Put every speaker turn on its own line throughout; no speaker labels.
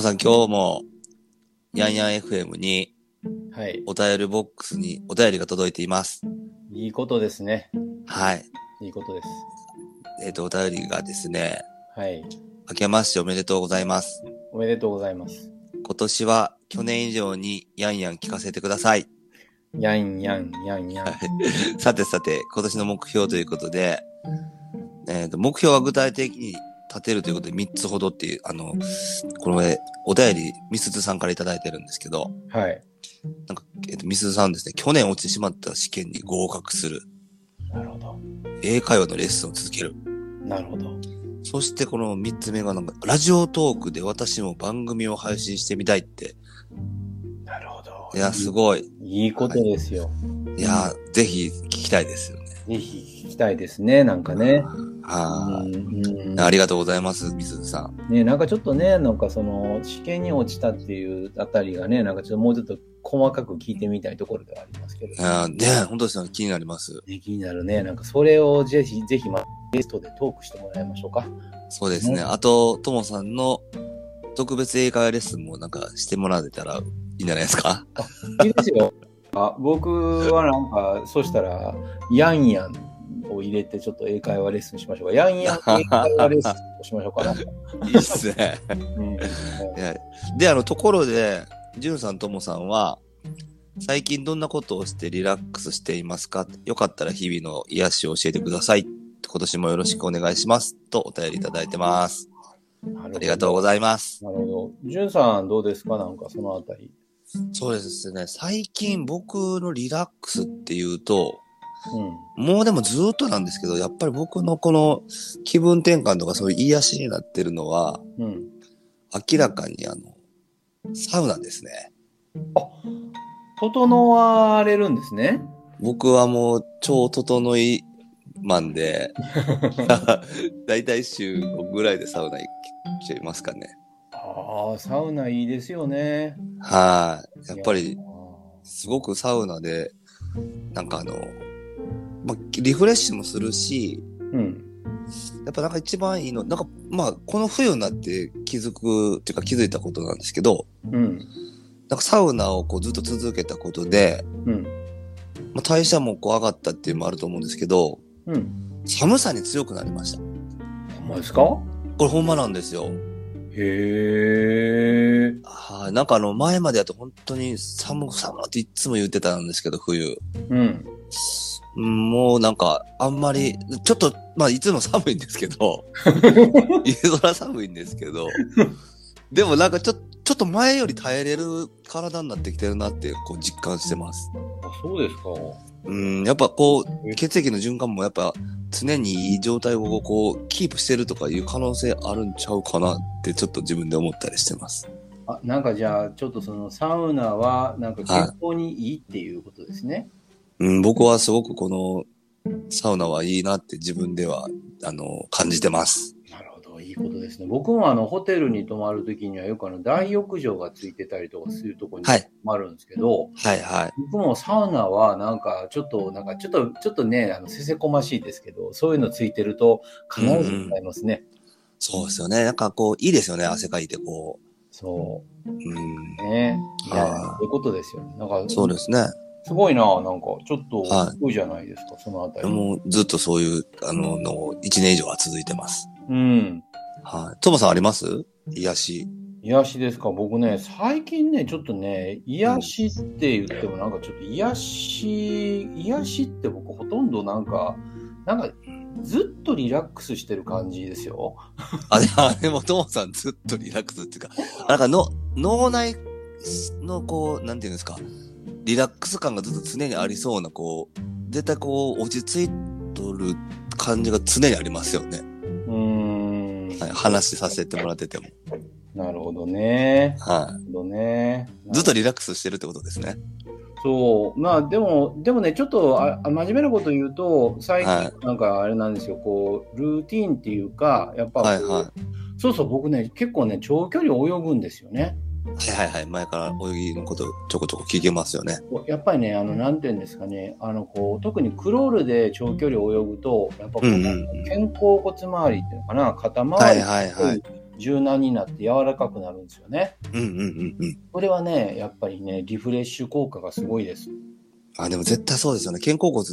さん今日も、やんやん FM に
はい。
お便りボックスにお便りが届いています。
いいことですね。
はい。
いいことです。
えっ、と、お便りがですね、
はい。
明けましておめでとうございます。
おめでとうございます。
今年は去年以上にやんやん聞かせてください。
やんやんやんやん。
はいさてさて、今年の目標ということで、えっ、と、目標は具体的に立てるということで3つほどっていう、あの、この前、お便り、みすずさんからいただいてるんですけど、
はい。
なんか、えっ、と、みすずさんですね、去年落ちてしまった試験に合格する。
なるほど。
英会話のレッスンを続ける。
なるほど。
そしてこの3つ目がなんか、ラジオトークで私も番組を配信してみたいって。
なるほど。
いや、すごい。
いいことですよ。
いや、ぜひ聞きたいですよね。
ぜひ聞きたいですね、なんかね。
は
うんうん
い。ありがとうございます、みすずさん。
ね、なんかちょっとね、なんかその、試験に落ちたっていうあたりがね、なんかちょっともうちょっと細かく聞いてみたいところではありますけど。
いやね、本当ですよね、気になります。
ね、気になるね。なんかそれをぜひ、ぜひ、まあ、ゲストでトークしてもらいましょうか。
そうですね。
ね
あと、ともさんの特別英会話レッスンもなんかしてもらえたらいいんじゃないですか。
いいですよ。あ僕はなんか、そしたら、ヤンヤンを入れて、ちょっと英会話レッスンしましょうか。ヤンヤン英会話レッスンをしましょうかな。
いいっすね。
うん、
いや で、あの、ところで、じゅんさんともさんは、最近どんなことをしてリラックスしていますかよかったら日々の癒しを教えてください。今年もよろしくお願いします。とお便りいただいてます。 ありがとうご
い
ざいます。
ます。なるほど。じゅんさん、どうですかなんか、そのあたり。
そうですね。最近僕のリラックスっていうと、
うん。
もうでもずーっとなんですけど、やっぱり僕のこの気分転換とかそういう癒しになってるのは、
うん。
明らかにあの、サウナですね。
整われるんですね。
僕はもう超整いマンで、だいたい週5ぐらいでサウナ行っちゃいますかね。
ああ、サウナいいですよね。
はい。やっぱり
あ、
すごくサウナで、なんかあの、まあ、リフレッシュもするし、
ーうん。
やっぱなんか一番いいの、なんかまあ、この冬になって気づくっていうか気づいたことなんですけど、
うん。
なんかサウナをこうずっと続けたことで、
うん。
まあ、代謝もこう上がったっていうのもあると思うんですけど、
うん。
寒さに強くなりました。
ほんまですか
これほんまなんですよ。
へえ。
はい、なんかあの、前までだと本当に寒く寒くっていつも言ってたんですけど、冬。
うん。
うんもうなんか、あんまり、ちょっと、まあ、いつも寒いんですけど、いそら寒いんですけど、でもなんかちょ、ちょっと前より耐えれる体になってきてるなって、こう、実感してます。
あ、そうですか。
うん、やっぱこう、血液の循環もやっぱ、常にいい状態をこう、キープしてるとかいう可能性あるんちゃうかなって、ちょっと自分で思ったりしてます。
あなんかじゃあ、ちょっとそのサウナは、なんか健康にいいっていうことですね。
うん、僕はすごくこのサウナはいいなって自分では、あの、感じてます。
なるほど、いいことですね。僕もあのホテルに泊まるときには、よくあの大浴場がついてたりとかするとこに
はい
泊まるんですけど、
はいはい。
僕もサウナはなんかちょっと、なんかちょっと、ちょっとね、あのせせこましいですけど、そういうのついてると、必ず使いますね。
そうですよね。なんかこう、いいですよね。汗かいてこ。
そう
うん。
う。ね。いや、
はい
そういうことですよね。なんか、
そうですね。
すごいな、なんか、ちょっと、
はい
すごいじゃないですか、そのあたり。
もうずっとそういう、あの、のを1年以上は続いてます。
うん。
はい。トモさんあります癒し。
癒しですか僕ね、最近ね、ちょっとね、癒しって言ってもなんかちょっと癒し、癒しって僕ほとんどなんか、なんかずっとリラックスしてる感じですよ。
あ、であれもトモさんずっとリラックスっていうか、なんかの、脳内のこう、なんていうんですか、リラックス感がずっと常にありそうな、こう、絶対こう、落ち着いとる感じが常にありますよね。
うーん。
はい、話させてもらってても。
なるほどね。
は
なるほどね。
い。ずっとリラックスしてるってことですね。
そう。まあでも、でもね、ちょっとあ真面目なこと言うと、最
は
近なんかあれなんですよ、こう、ルーティーンっていうか、やっぱこう、
はいは
そうそう、僕ね、結構ね、長距離泳ぐんですよね。
はいはいはい。前から泳ぎのことちょこちょこ聞けますよね。
やっぱりね、あの、なんていうんですかね、あの、こう、特にクロールで長距離泳ぐと、やっぱこう、
うんうんうん
肩甲骨周りっていうのかな、肩
は
周
い
り
はいはい。
柔軟になって柔らかくなるんですよね。
うんうんうんうん。
これはね、やっぱりね、リフレッシュ効果がすごいです。
あ、でも絶対そうですよね。肩甲骨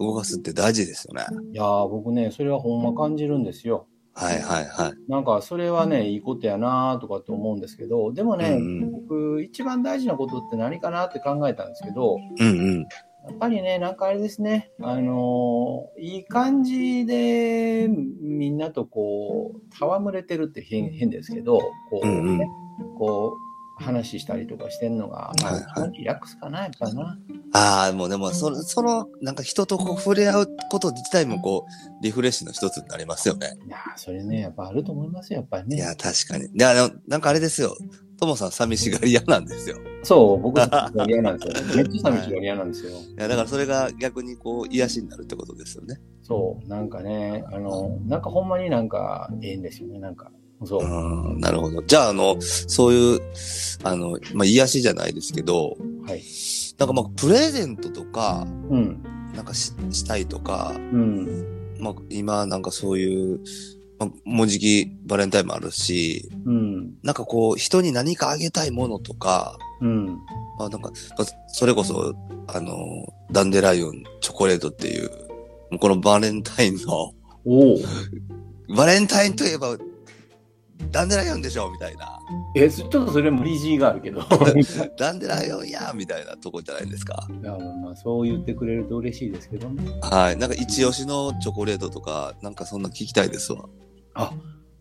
動かすって大事ですよね。
いやー、僕ね、それはほんま感じるんですよ。
はいはいはい。
なんか、それはね、いいことやなーとかって思うんですけど、でもね、
うんうん
僕、一番大事なことって何かなって考えたんですけど、
うんうん。
やっぱりね、なんかあれですね、あのーいい感じで、みんなとこう、戯れてるって変変ですけど、こう、
うんうん
ねこう、話したりとかしてんのが、まあ、
はいはい
リラックスかな、やっぱな。
ああ、もうでも、その、その、なんか人とこう触れ合うこと自体もこう、リフレッシュの一つになりますよね。
いやーそれね、やっぱあると思いますよ、やっぱり
い
ね。
や、確かに。いや、でもなんかあれですよ。ともさん寂しがり嫌なんですよ。い
そう、僕、寂しがり屋なんですよ。めっ ちゃ寂しがり屋なんですよ。
や、だからそれが逆にこう、癒しになるってことですよね。
そう、なんかね、あの、なんかほんまになんか、ええんですよね、なんか。そ
う
う。
ん、なるほど。じゃあ、あの、そういう、あの、まあ、癒しじゃないですけど、
はい。
なんかまあ、プレゼントとか、
うん。
なんかししたいとか、
うん。
まあ、今、なんかそういう、まあ、もうじきバレンタインもあるし、
うん。
なんかこう、人に何かあげたいものとか、
うん。
まあ、なんか、まあそれこそ、あの、ダンデライオンチョコレートっていう、もうこのバレンタインの、
おお。
バレンタインといえば、ダンデライオンでしょみたいな。
え、ちょっとそれも理事があるけど。い
ダンデライオンやみたいなとこじゃないですか。
や、まあ、そう言ってくれると嬉しいですけどね。
はい。なんか、一押しのチョコレートとか、なんかそんな聞きたいですわ。
あ、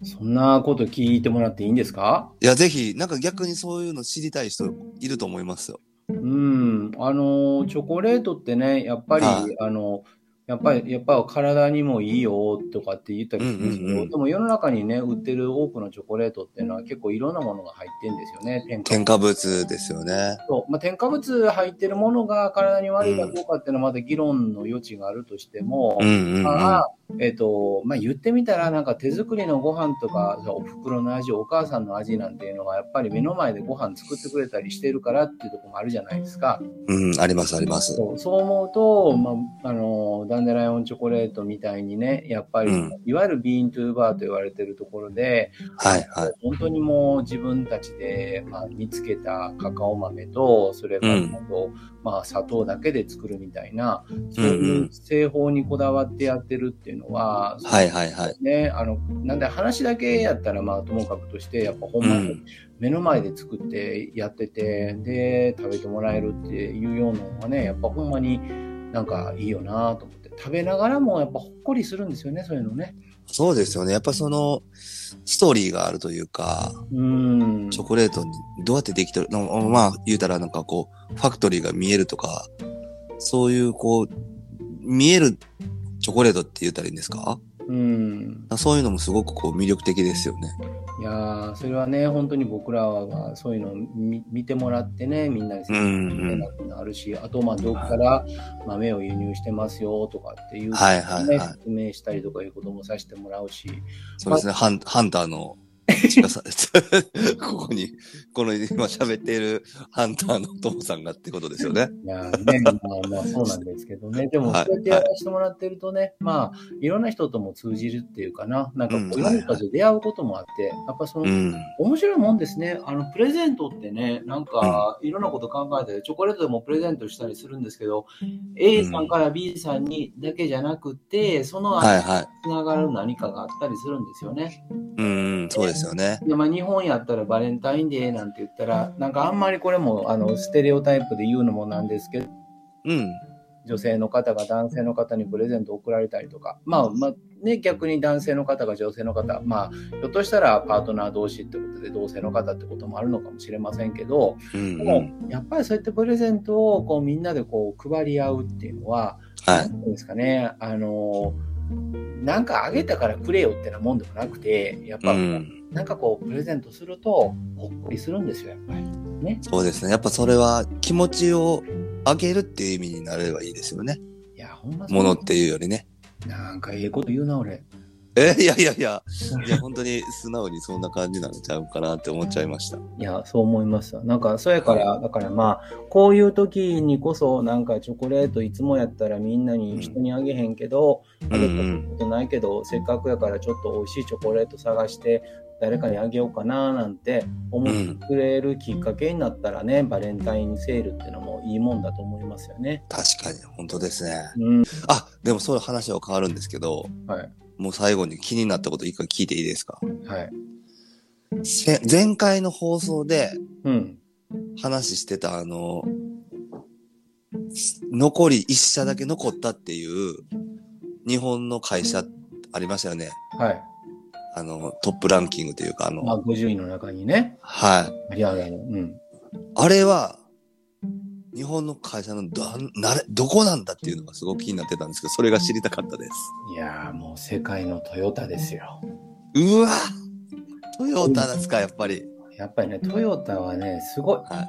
そんなこと聞いてもらっていいんですか
いや、ぜひ、なんか逆にそういうの知りたい人いると思いますよ。
うん。あの、チョコレートってね、やっぱり、
は
あの、やっぱり、やっぱ体にもいいよとかって言ったりするんですけど、
うんうんうん
でも世の中にね、売ってる多くのチョコレートっていうのは結構いろんなものが入ってるんですよね。添加
添加物ですよね。
そうまあ、添加物入ってるものが体に悪いかどうかっていうのはまだ議論の余地があるとしても、
うんうん、うん。
ま
は
あ、えっ、と、まあ言ってみたら、なんか手作りのご飯とか、お袋の味、お母さんの味なんていうのが、やっぱり目の前でご飯作ってくれたりしてるからっていうところもあるじゃないですか。
いうん、あります、あります。
そうそう思うと、まあ、あの、ダンデライオンチョコレートみたいにね、やっぱり、
うん
いわゆるビーントゥーバーと言われてるところで、
はい、はい。
本当にもう自分たちで、まあ、見つけたカカオ豆と、それから
うん
あと、まあ、砂糖だけで作るみたいな、そう
う
い
んう
うん製法にこだわってやってるっていうのは、
はい、はい、はい。
ね、あのなんで話だけやったらまあともかくとしてやっぱほんま
う
に
ん
目の前で作ってやってて、で食べてもらえるっていうようなのはねやっぱほんまになんかいいよなと思って食べながらもやっぱほっこりするんですよねそういうのね
そうですよね。やっぱその、ストーリーがあるというか、
うん
チョコレートにどうやってできてるのまあ、言うたらなんかこう、ファクトリーが見えるとか、そういうこう、見えるチョコレートって言ったらいいんですか
うん
そういうのもすごくこう魅力的ですよね。
いやーそれはね本当に僕らはそういうのを見見てもらってねみんなで説明してもらうっていうのあるし、あとまあどこから豆を輸入してますよとかっていう、
はいはい
ね
はい。
説明したりとかいうこともさせてもらうし。
そうですね。ハンハンターの、近さ ここに、この今喋っているハンターのトモさんがってことですよね。
いやーね、まあまあそうなんですけどね。でも、
は
そ
いう
やってやらせてもらってるとね、まあ、いろんな人とも通じるっていうかな、なんかこう、
うん
いろんな人たちと出会うこともあって、やっぱそうの、
ん。
面白いもんですね。あの、プレゼントってね、なんか、いろんなこと考えて、チョコレートでもプレゼントしたりするんですけど、A さんから B さんにだけじゃなくて、その後
はい
に
はい。
つながる何かがあったりするんですよね。
うん、そうですよね。
でまあ、日本やったらバレンタインデーなんて言ったら、なんかあんまりこれも、あの、ステレオタイプで言うのもなんですけど、
うん。
女性の方が男性の方にプレゼントを贈られたりとか、まあまあね、逆に男性の方が女性の方、まあ、ひょっとしたらパートナー同士ってことで同性の方ってこともあるのかもしれませんけど、
うん、
で
う
も
ん。
やっぱりそうやってプレゼントをこうみんなでこう配り合うっていうのは、
は。
ないんていうんですかね、あの、なんかあげたからくれよってなもんでもなくて、やっ
う
ぱ、
ん。
なんかこうプレゼントするとほっこりするんですよ、やっぱり。ね。
そうですね。やっぱそれは気持ちを上げるっていう意味になればいいですよね。
いや、ほんまそう
ものっていうよりね。
なんかええこと言うな、俺。
え、 いやいやいや、いや、本当に素直にそんな感じになっちゃうかなって思っちゃいました。
いや、そう思いますわ。なんか、そやから、だからまあ、こういう時にこそ、なんかチョコレートいつもやったらみんなに人にあげへんけど、
ん
あげたことないけど、せっかくやからちょっと美味しいチョコレート探して、誰かにあげようかななんて思ってくれるきっかけになったらね、バレンタインセールっていうのもいいもんだと思いますよね。
確かに、本当ですね。
うん、
あ、でもそういう話は変わるんですけど、
はい、
もう最後に気になったこと一回聞いていいですか
はい、
せ前回の放送で
うん、
話してたあの、残り一社だけ残ったっていう日本の会社ありましたよね。
はい、
あの、トップランキングというか、あ
まあ、
の、
50位の中にね、
はい。
ありありありうん、
あれは、日本の会社のど、なれ、どこなんだっていうのがすごく気になってたんですけど、それが知りたかったです。
いやーもう世界のトヨタですよ。
うわトヨタですか、やっぱり。
やっぱりね、トヨタはね、すごい。
は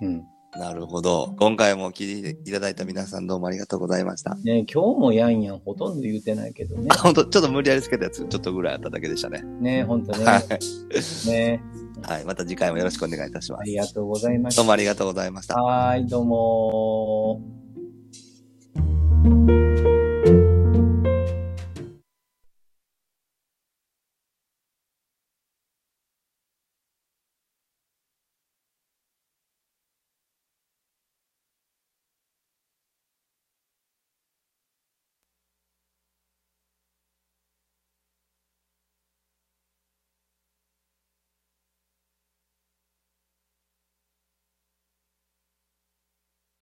うん。
い。なるほど。今回も聞いていただいた皆さんどうもありがとうございました。
ね、今日もやんやんほとんど言うてないけどね。
本当ちょっと無理やりつけたやつ、ちょっとぐらいあっただけでしたね。
ね、ほんとね。
はい。
ね、
はい。また次回もよろしくお願いいたしま
あ
す
り。がとうございまし
どう
た。
もありがとうございました。
はーい、どうもー。